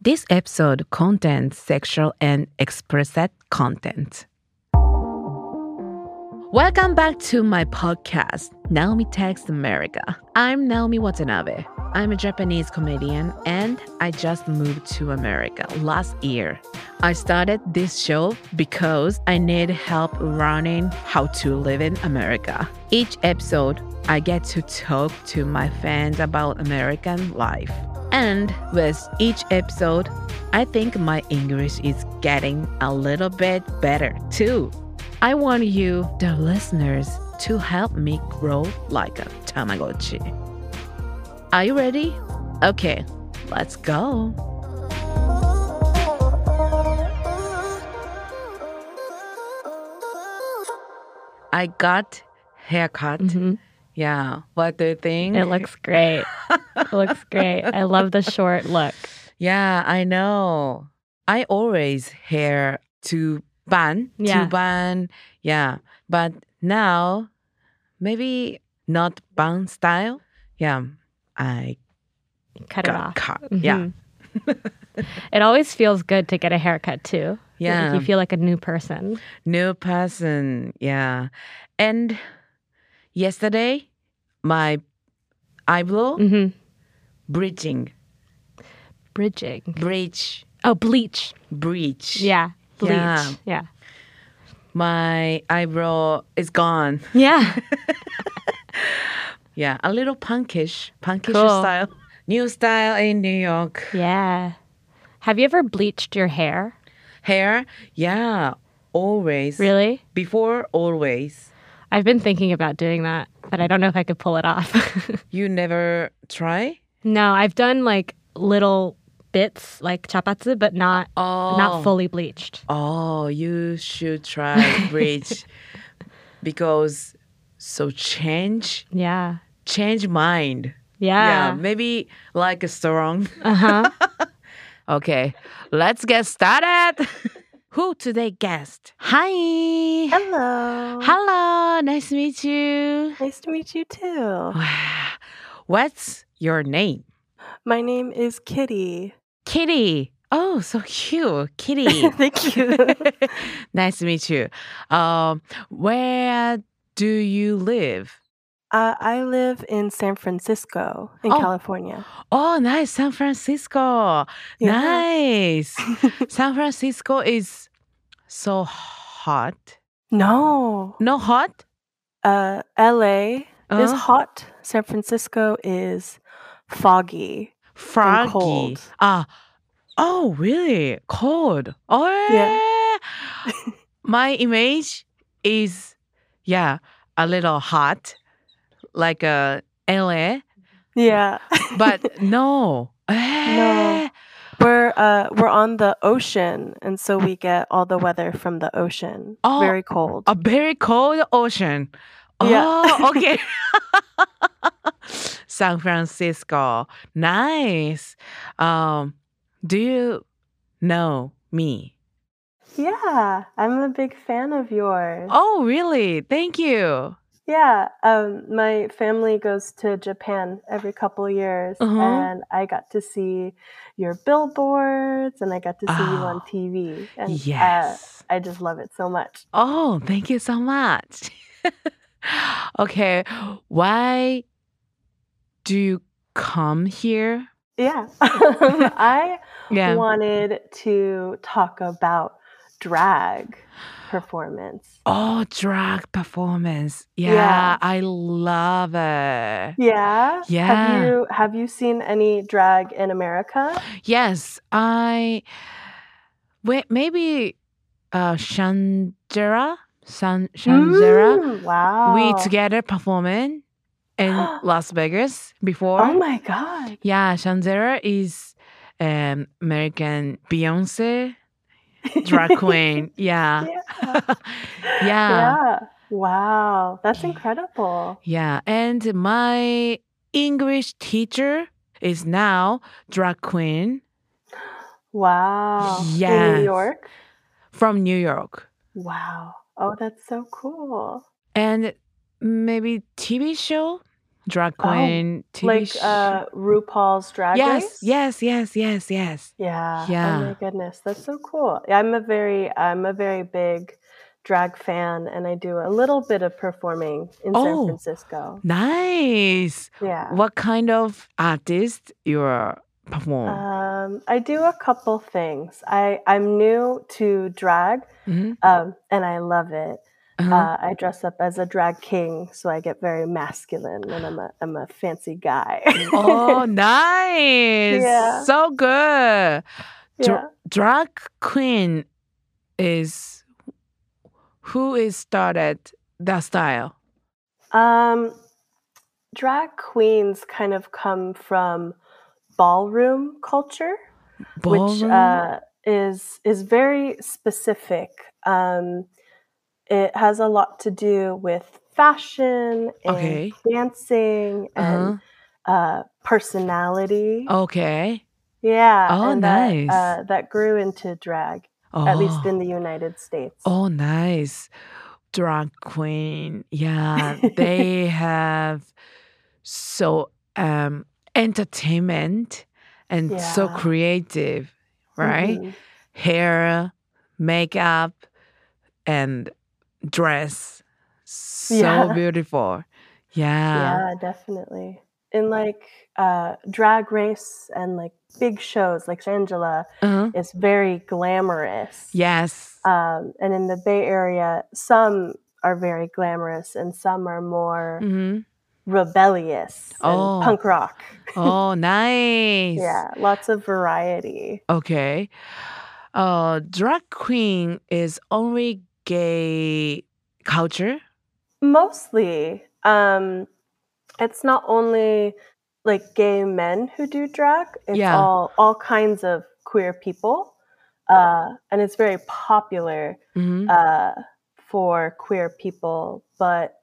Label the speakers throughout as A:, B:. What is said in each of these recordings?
A: This episode contains sexual and explicit content. Welcome back to my podcast, Naomi Text America. I'm Naomi Watanabe. I'm a Japanese comedian and I just moved to America last year. I started this show because I need help learning how to live in America. Each episode, I get to talk to my fans about American life. And with each episode, I think my English is getting a little bit better too. I want you, the listeners, to help me grow like a Tamagotchi. Are you ready? Okay, let's go. I got haircut.
B: Mhm.
A: Yeah. What do you think?
B: It looks great. it looks great. I love the short look.
A: Yeah, I know. I always hear to ban,
B: Yeah.
A: to ban. Yeah. But now, maybe not ban style. Yeah. I
B: Cut it
A: got
B: off.
A: cut. Yeah.
B: Mhm. it always feels good to get a haircut too.
A: Yeah.
B: Like you feel like a new person.
A: New person. Yeah. And yesterday, my eyebrow
B: hmm
A: breaching,
B: Bridging.
A: breach,
B: Oh, bleach.
A: breach.
B: Yeah. Bleach.
A: Yeah.
B: Yeah. Yeah.
A: My eyebrow is gone.
B: Yeah.
A: Yeah, a little punkish, punkish
B: Cool.
A: style. New style in New York.
B: Have you ever bleached your hair?
A: Hair, yeah, always.
B: Really?
A: Before, always.
B: I've been thinking about doing that, but I don't know if I could pull it off.
A: You never try?
B: no, I've done like little bits like chapatsu, but not
A: Oh.
B: not fully bleached.
A: Oh, you should try bridge because so change,
B: Yeah.
A: change mind.
B: Yeah.
A: maybe like a strong.
B: Ah. Uh-huh.
A: Okay, let's get started. Who today guest? Hi.
C: Hello.
A: Hello, nice to meet you.
C: Nice to meet you too.
A: Wow. What's your name?
C: My name is Kitty.
A: Kitty. Oh, so cute. Kitty.
C: Thank you.
A: nice to meet you. Um, where do you live?
C: Uh, I live in San Francisco, in
A: Oh.
C: California.
A: Oh, nice. San Francisco.
C: Yeah.
A: Nice. San Francisco is so hot.
C: no.
A: No hot?
C: Uh, LA is
A: Uh,
C: hot. San Francisco is foggy.
A: froggy.
C: cold.
A: Ah, oh, really? Cold. Oh, My image is, yeah, a little hot, like uh, a LA,
C: Yeah.
A: but no. Eh,
C: we're uh, we're on the ocean, and so we get all the weather from the ocean.
A: Oh.
C: Very cold.
A: A very cold ocean.
C: Yeah.
A: Oh, okay. San Francisco. Nice. Um, do you know me?
C: Yeah, I'm a big fan of yours.
A: Oh, really? Thank you.
C: Yeah, um, my family goes to Japan every couple years,
A: Uh-huh.
C: and I got to see your billboards, and I got to see you on
A: Oh,
C: TV, and uh,
A: yes.
C: I just love it so much.
A: Oh, thank you so much. okay, why do you come here?
C: Yeah, I
A: Yeah.
C: wanted to talk about drag performance.
A: Oh, drag performance. Yeah,
C: Yeah.
A: I love it.
C: Yeah,
A: Yeah.
C: Have you have you seen any drag in America?
A: Yes, I. Wait, maybe uh, Shandera? San, Shandera?
C: Mm, wow.
A: We together performing in Las Vegas before.
C: Oh my god.
A: Yeah, Shandera is um, American Beyonce drag queen. Yeah.
C: yeah.
A: yeah. yeah.
C: Yeah. Wow. That's incredible.
A: And my English teacher is now drag queen
C: Wow. In
A: Yes.
C: New York?
A: from New York.
C: Wow. Oh, that's so cool.
A: And maybe TV show drag queen TV
C: Oh, like
A: sh-
C: uh, RuPaul's Drag
A: yes,
C: Race.
A: yes, yes, yes, yes.
C: Yeah.
A: Yeah.
C: Oh my goodness, that's so cool. Yeah, I'm a very I'm a very big drag fan, and I do a little bit of performing in
A: Oh.
C: San Francisco.
A: Nice.
C: Yeah.
A: What kind of artist you are perform?
C: Um, I do a couple things. I I'm new to drag,
A: Mhm.
C: um, and I love it.
A: Uh-huh.
C: Uh, I dress up as a drag king, so I get very masculine, and I'm a I'm a fancy guy.
A: oh, nice.
C: Yeah.
A: So good.
C: yeah.
A: Drag queen is who is started that style?
C: Um, drag queens kind of come from ballroom culture. which
A: Ballroom?
C: uh, is is very specific. Um, it has a lot to do with fashion and
A: Okay.
C: dancing and uh, personality.
A: Uh-huh. Okay.
C: Yeah.
A: Oh,
C: and
A: nice.
C: That, uh, that grew into drag,
A: Oh.
C: at least in the United States.
A: Oh, nice. Drag queen. Yeah, they have so um entertainment and so
C: Yeah.
A: creative, right?
C: Mhm.
A: Hair, makeup and dress. So
C: Yeah.
A: beautiful. Yeah.
C: Yeah, definitely. In like uh, drag race and like big shows, like Shangela
A: Uh-huh.
C: is very glamorous.
A: Yes.
C: Um, and in the Bay Area, some are very glamorous and some are more
A: hmm
C: rebellious and
A: Oh.
C: punk rock.
A: Oh, nice.
C: Yeah, lots of variety.
A: Okay. Uh, drag queen is only gay culture.
C: Mostly, um, it's not only like gay men who do drag, it's
A: Yeah.
C: all, all kinds of queer people. Uh, and it's very popular
A: Mhm.
C: uh, for queer people, but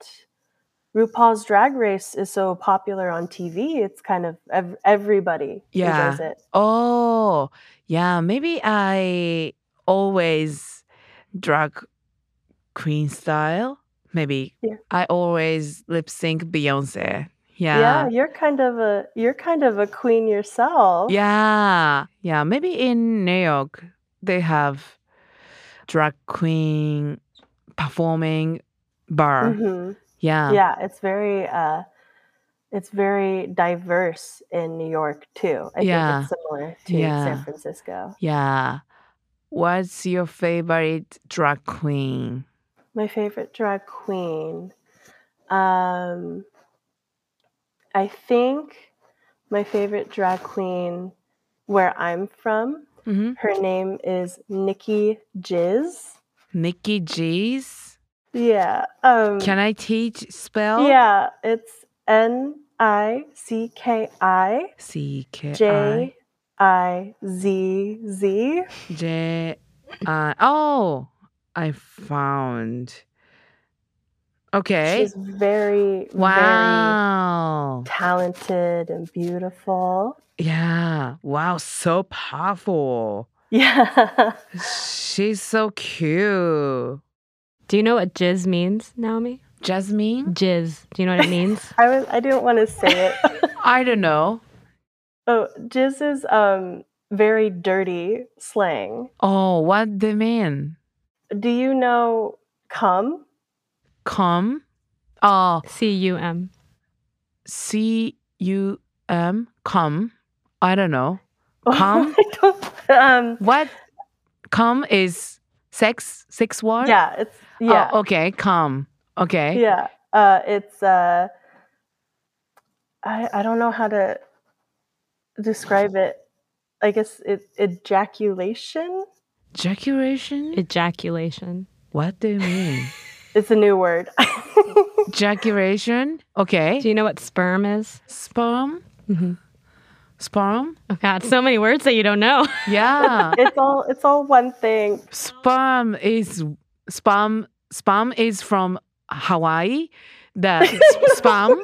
C: RuPaul's Drag Race is so popular on TV. It's kind of ev- everybody
A: Yeah.
C: enjoys it.
A: oh, yeah. Maybe I always drag queen style. Maybe
C: Yeah.
A: I always lip sync Beyonce.
C: Yeah.
A: Yeah.
C: you're kind of a you're kind of a queen yourself.
A: Yeah. Yeah. Maybe in New York, they have drag queen performing bar.
C: Mhm.
A: Yeah.
C: yeah. It's very uh, it's very diverse in New York too. I
A: Yeah.
C: think it's similar to
A: Yeah.
C: San Francisco.
A: Yeah. What's your favorite drag queen?
C: My favorite drag queen. Um, I think my favorite drag queen where I'm from
A: Mm-hmm.
C: Her name is Nikki Jizz.
A: Nikki G's.
C: Yeah. Um,
A: Can I teach spell?
C: Yeah, it's N I C K I
A: C K I
C: J I Z Z.
A: J I. Oh, I found. Okay.
C: She's very, very
A: wow.
C: talented and beautiful.
A: Yeah. Wow. So powerful.
C: Yeah.
A: She's so cute.
B: Do you know what jizz means, Naomi?
A: Jasmine?
B: Jizz. Do you know what it means?
C: I was I didn't want to say it.
A: I don't know.
C: oh, jizz is um very dirty slang.
A: Oh, what the mean?
C: Do you know cum?
A: Come. Oh,
B: C U M.
A: C U M cum. I don't know. Cum?
C: I don't- um
A: What cum is sex sex word?
C: Yeah, it's
A: Oh,
C: yeah,
A: okay, cum. Okay.
C: yeah. Uh, it's uh, I I don't know how to describe it. I guess it ejaculation.
A: Ejaculation?
B: Ejaculation.
A: what do you mean?
C: It's a new word.
A: Ejaculation? Okay.
B: Do you know what sperm is?
A: Sperm?
B: Mhm.
A: Sperm?
B: Oh God, so many words that you don't know.
A: Yeah.
C: it's all it's all one thing.
A: sperm is sperm sperm is from Hawaii. The sperm?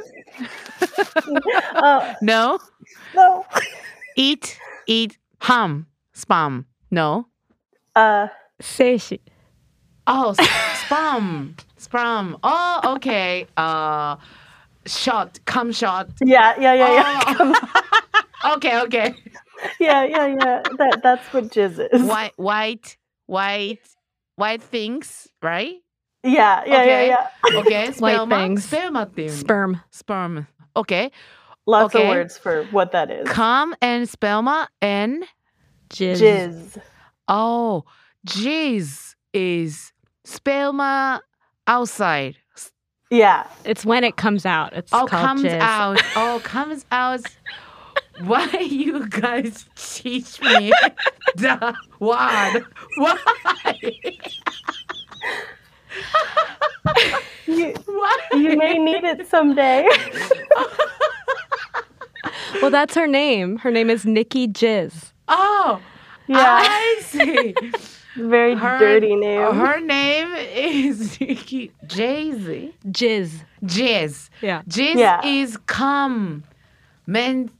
C: Uh,
A: No.
C: no.
A: Eat eat ham. Spam. No.
C: Uh,
B: Seishi.
A: Oh, s- spam, spam. Oh, okay. Uh, shot, cum shot.
C: Yeah, yeah, yeah, yeah.
A: Oh. okay, okay.
C: Yeah, yeah, yeah. That that's what jizz is.
A: White, white, white, white things, right?
C: Yeah, yeah, yeah,
A: Okay.
C: yeah.
A: Okay, sperma,
B: things.
A: sperma thing.
B: Sperm.
A: sperm. Okay,
C: Lots
A: Okay.
C: of words for what that is.
A: cum and sperma and
B: Jizz.
C: Jizz.
A: oh, jizz is sperma outside. S-
C: Yeah.
B: It's when it comes out. It's
A: Oh,
B: called
A: comes
B: jizz.
A: out. Oh, comes out. Why you guys teach me the word? Why?
C: You
A: Why?
C: you may need it someday.
B: Well, that's her name. Her name is Nikki Jizz.
A: Oh,
C: Yeah.
A: I see.
C: Very
A: Her-
C: dirty name.
A: Her name is Nikki Jay-Z.
B: Jizz.
A: Jizz.
B: Yeah.
A: Jizz
C: Yeah.
A: is cum. Men,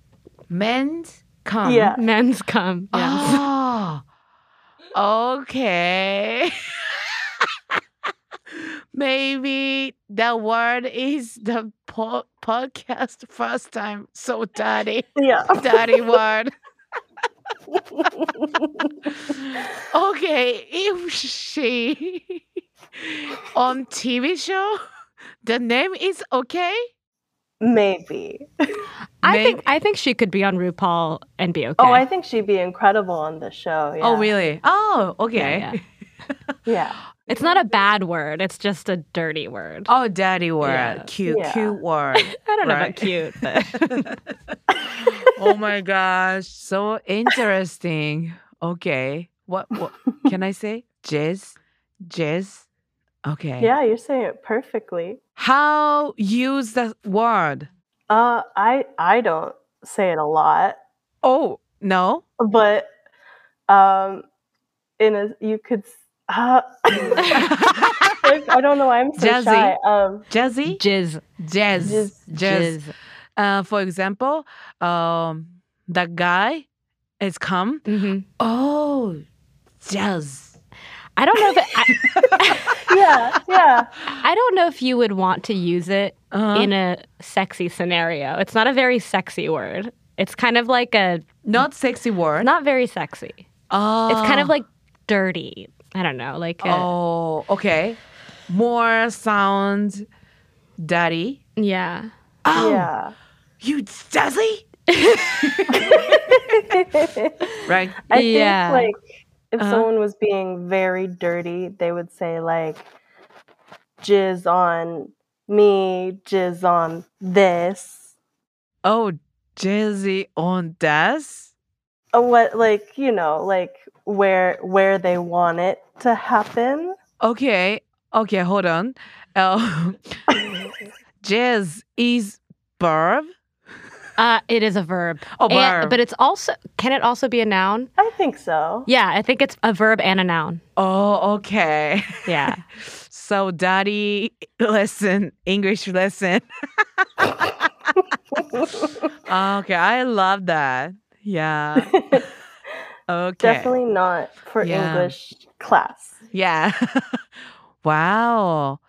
A: men's cum.
C: Yeah.
B: Men's cum. Yes.
A: Oh, okay. Maybe that word is the po- podcast first time. So dirty,
C: Yeah.
A: dirty word. okay, if she on TV show, the name is okay.
C: Maybe.
B: I
A: May-
B: think I think she could be on RuPaul and be okay.
C: Oh, I think she'd be incredible on the show. Yeah.
A: Oh, really? Oh, okay.
B: Yeah, yeah.
C: Yeah.
B: It's not a bad word. It's just a dirty word.
A: Oh, daddy word,
B: Yeah.
A: cute,
C: Yeah.
A: cute word.
B: I don't know
A: right.
B: about cute, but
A: oh my gosh, so interesting. Okay, what, what can I say? Jizz, jizz. Okay.
C: Yeah, you're saying it perfectly.
A: How use the word?
C: Uh I I don't say it a lot,
A: Oh no.
C: but um in a you could s- uh, I don't know why I'm so
A: Jazzy.
C: shy. Um
A: Jazzy,
B: jizz,
A: jazz,
C: Jizz.
A: jazz. Uh, for example, um, that guy is come.
B: hmm
A: Oh, jazz.
B: I don't know if it, I,
C: yeah, yeah.
B: I don't know if you would want to use it
A: Uh-huh.
B: in a sexy scenario. It's not a very sexy word. It's kind of like a
A: Not sexy word.
B: not very sexy.
A: oh.
B: It's kind of like dirty. I don't know, like a,
A: Oh, okay. More sound daddy.
B: yeah.
A: Oh,
C: Yeah.
A: you daddy? Right.
C: I
B: Yeah.
C: think like if
A: Uh-huh.
C: someone was being very dirty, they would say like jizz on me, jizz on this.
A: Oh, Jazzy on das?
C: Uh, What like, you know, like where where they want it to happen.
A: Okay. Okay, hold on. Uh, jazz is verb?
B: Uh, it is a verb,
A: Oh,
B: And-
A: verb.
B: but it's also can it also be a noun?
C: I think so.
B: Yeah, I think it's a verb and a noun.
A: oh, okay.
B: Yeah.
A: So, daddy lesson, English lesson. Oh, okay, I love that. Yeah. Okay.
C: Definitely not for
A: Yeah.
C: English class.
A: Yeah. wow.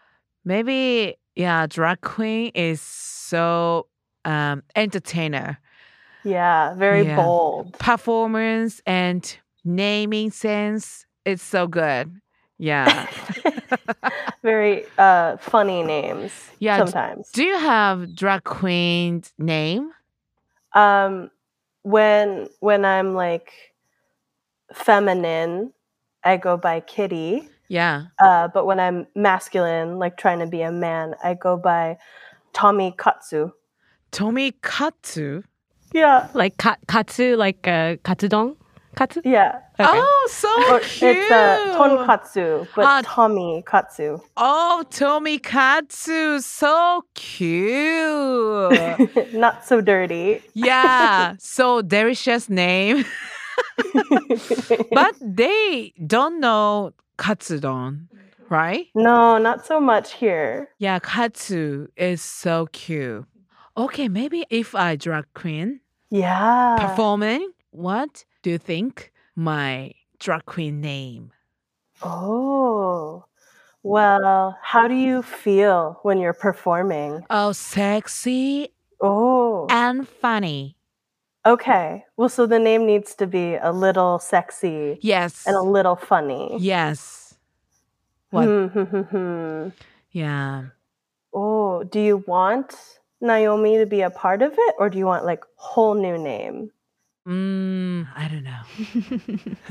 A: Maybe yeah, drag queen is so um entertainer.
C: Yeah, very
A: Yeah.
C: bold.
A: Performance and naming sense it's so good. Yeah.
C: Very uh funny names
A: Yeah, d-
C: sometimes.
A: Do you have drag queen's name?
C: um when when i'm like feminine i go by kitty
A: Yeah.
C: uh but when i'm masculine like trying to be a man i go by tommy katsu
A: Tomi Katsu.
C: yeah
B: like ka- katsu, like uh, katsudon, katsu.
C: yeah
B: Okay.
A: Oh, so
C: or
A: cute.
C: it's uh, tonkatsu but
A: Ah.
C: tommy katsu
A: oh, Tomi Katsu. So cute.
C: not so dirty
A: Yeah, so delicious name. but they don't know katsudon, right?
C: no not so much here
A: Yeah, katsu is so cute. Okay, maybe if I drag queen
C: yeah
A: performing, what do you think my drag queen name?
C: oh Well, how do you feel when you're performing?
A: Oh, sexy
C: Oh,
A: and funny.
C: okay. Well, so the name needs to be a little sexy
A: Yes.
C: and a little funny.
A: Yes. What?
C: Hmm, hmm, hmm, hmm.
A: Yeah.
C: oh, do you want Naomi to be a part of it or do you want like whole new name?
A: Mm, I don't know.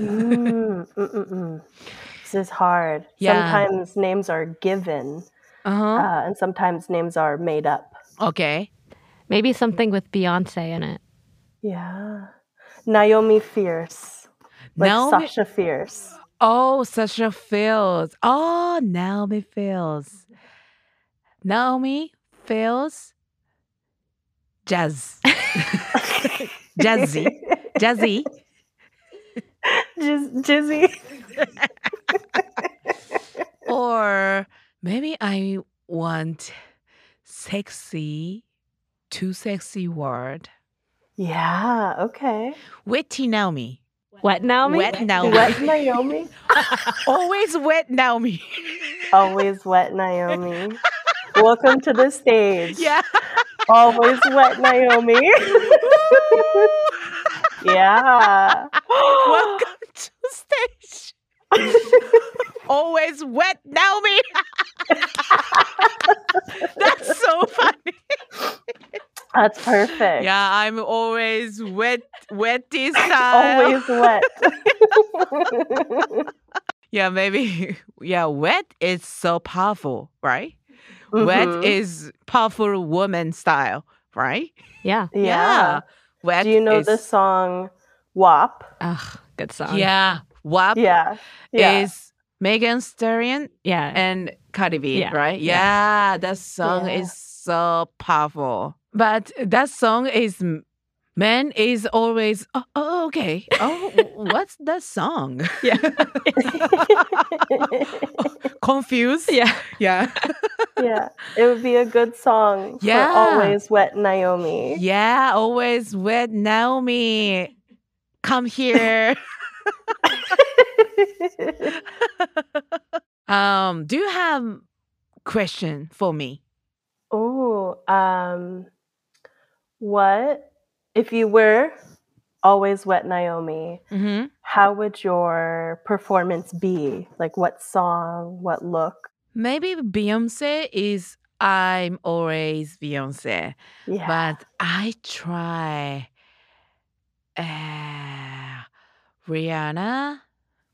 C: Mm, mm, mm, mm. this is hard.
A: Yeah.
C: Sometimes names are given
A: Uh-huh.
C: uh, and sometimes names are made up.
A: okay.
B: Maybe something with Beyonce in it.
C: Yeah. Naomi Fierce. Like
A: Naomi-
C: Sasha Fierce.
A: Oh, Sasha Fields. Oh, Naomi Fields. Naomi Fields. Jazz. Jazzy. Jazzy.
C: Jiz- Jizzy.
A: Or maybe I want sexy, too sexy word.
C: Yeah, okay.
A: Witty Naomi.
B: Wet Naomi?
A: Wet Naomi.
C: Wet Naomi.
A: Always wet Naomi.
C: Always wet Naomi. Welcome to the stage.
A: yeah.
C: Always wet Naomi. yeah.
A: Welcome to stage. Always wet Naomi. That's so funny.
C: That's perfect.
A: Yeah, I'm always wet, wetty style.
C: Always wet.
A: Yeah, maybe. Yeah, wet is so powerful, right? Wet
C: Mhm.
A: is powerful woman style, right?
B: Yeah.
C: yeah.
A: Wet.
C: Do you know
A: is,
C: the song WAP?
B: Ugh, good song.
A: Yeah. WAP
C: Yeah. Yeah.
A: is Megan Stallion
B: Yeah.
A: and Cardi B,
B: Yeah,
A: right?
B: yeah.
A: Yeah, that song
C: Yeah.
A: is so powerful. But that song is man is always oh, oh, okay. Oh, what's that song? Yeah. Confused.
B: Yeah.
A: Yeah.
C: yeah. It would be a good song
A: Yeah.
C: for Always Wet Naomi.
A: Yeah, always with Naomi. Come here. um, do you have question for me?
C: Oh, um, what if you were always wet, Naomi?
A: Mm-hmm.
C: How would your performance be? Like, what song? What look?
A: Maybe Beyonce is I'm always Beyonce,
C: Yeah,
A: but I try uh, Rihanna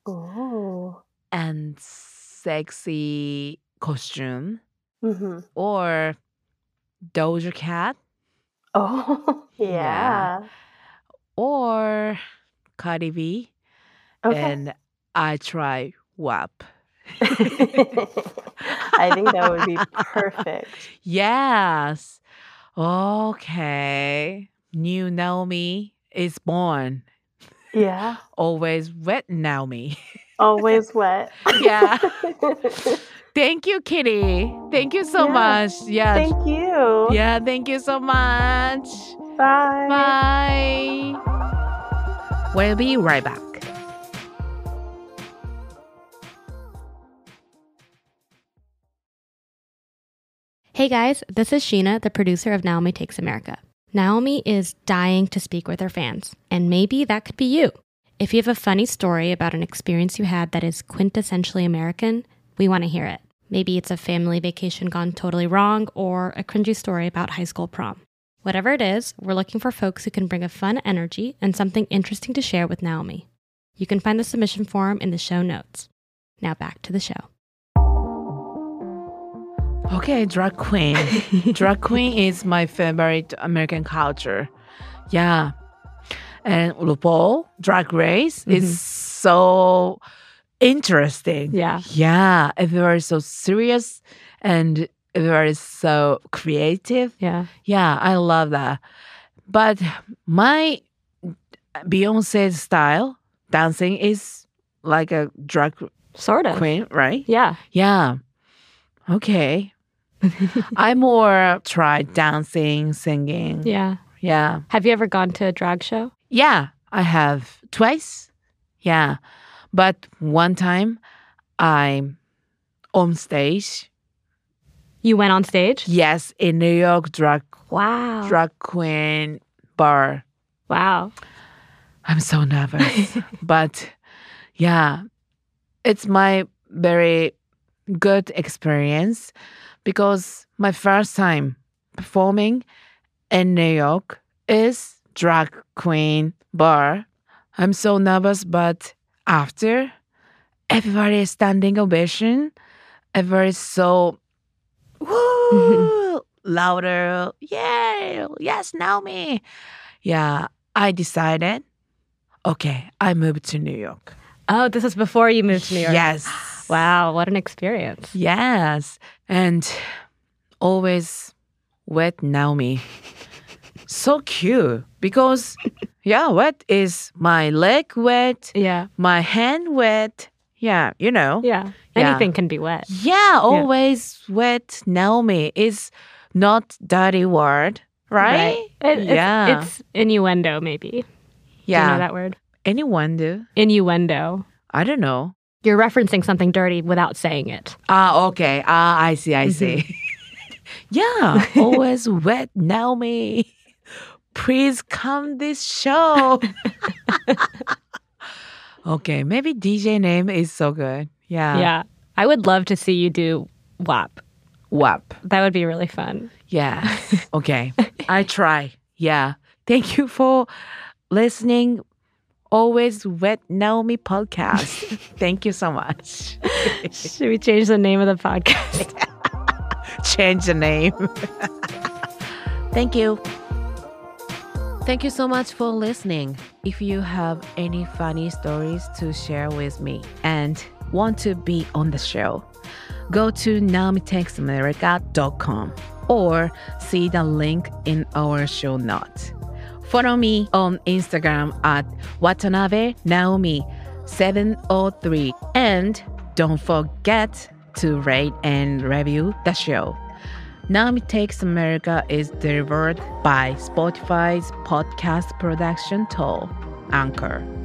C: oh,
A: and sexy costume
C: hmm
A: or Doja Cat
C: oh,
A: Yeah.
C: yeah.
A: or Cardi B.
C: Okay,
A: and I try WAP.
C: I think that would be perfect.
A: Yes. Okay. New Naomi is born.
C: Yeah,
A: Always wet Naomi.
C: always wet.
A: yeah. Thank you, Kitty. Thank you so
C: Yeah.
A: much. Yeah.
C: Thank you.
A: yeah. Thank you so much.
C: Bye.
A: Bye. We'll be right back.
B: Hey guys, this is Sheena, the producer of Naomi Takes America. Naomi is dying to speak with her fans, and maybe that could be you. If you have a funny story about an experience you had that is quintessentially American, we want to hear it. Maybe it's a family vacation gone totally wrong or a cringy story about high school prom. Whatever it is, we're looking for folks who can bring a fun energy and something interesting to share with Naomi. You can find the submission form in the show notes. Now back to the show.
A: Okay, drag queen. drag queen is my favorite American culture. Yeah. And RuPaul, drag race
C: Mm-hmm.
A: is so interesting.
B: Yeah.
A: Yeah. Everyone is so serious and everyone is so creative.
B: Yeah.
A: Yeah, I love that. But my Beyonce style dancing is like a drag
B: Sort
A: queen, right?
B: Yeah.
A: Yeah. Okay. I more try dancing, singing.
B: Yeah.
A: Yeah.
B: Have you ever gone to a drag show?
A: Yeah, I have twice. Yeah. But one time I on stage.
B: You went on stage?
A: Yes, in New York drag
B: Wow.
A: drag queen bar.
B: wow.
A: I'm so nervous, but yeah, it's my very good experience because my first time performing in New York is drag queen bar. I'm so nervous, but after everybody is standing ovation, everybody is so woo louder, yay, yes, Naomi. Yeah, I decided, okay, I moved to New York.
B: Oh, this was before you moved to New York.
A: Yes.
B: Wow, what an experience.
A: Yes. And always wet Naomi. so cute because, yeah, wet is my leg wet,
B: Yeah.
A: my hand wet. Yeah, you know.
B: Yeah.
A: Yeah.
B: Anything can be wet.
A: Yeah, always wet Naomi is not dirty word, right?
B: It- it's,
A: Yeah.
B: It's innuendo, maybe. Do you know
A: Yeah.
B: that word?
A: Anyone do?
B: Innuendo.
A: I don't know.
B: You're referencing something dirty without saying it.
A: Ah, okay. Ah, I see. I see. yeah, always wet Naomi. Please come this show. okay, maybe DJ name is so good. Yeah.
B: yeah. I would love to see you do WAP.
A: WAP.
B: That would be really fun.
A: Yeah. Okay. I try. Yeah. Thank you for listening. Always wet Naomi podcast. Thank you so much.
B: Should we change the name of the podcast?
A: change the name. Thank you. Thank you so much for listening. If you have any funny stories to share with me and want to be on the show, go to naomitextamerica.com or see the link in our show notes. Follow me on Instagram at Watanabe Naomi 703 and don't forget to rate and review the show. Naomi Takes America is delivered by Spotify's podcast production tool, Anchor.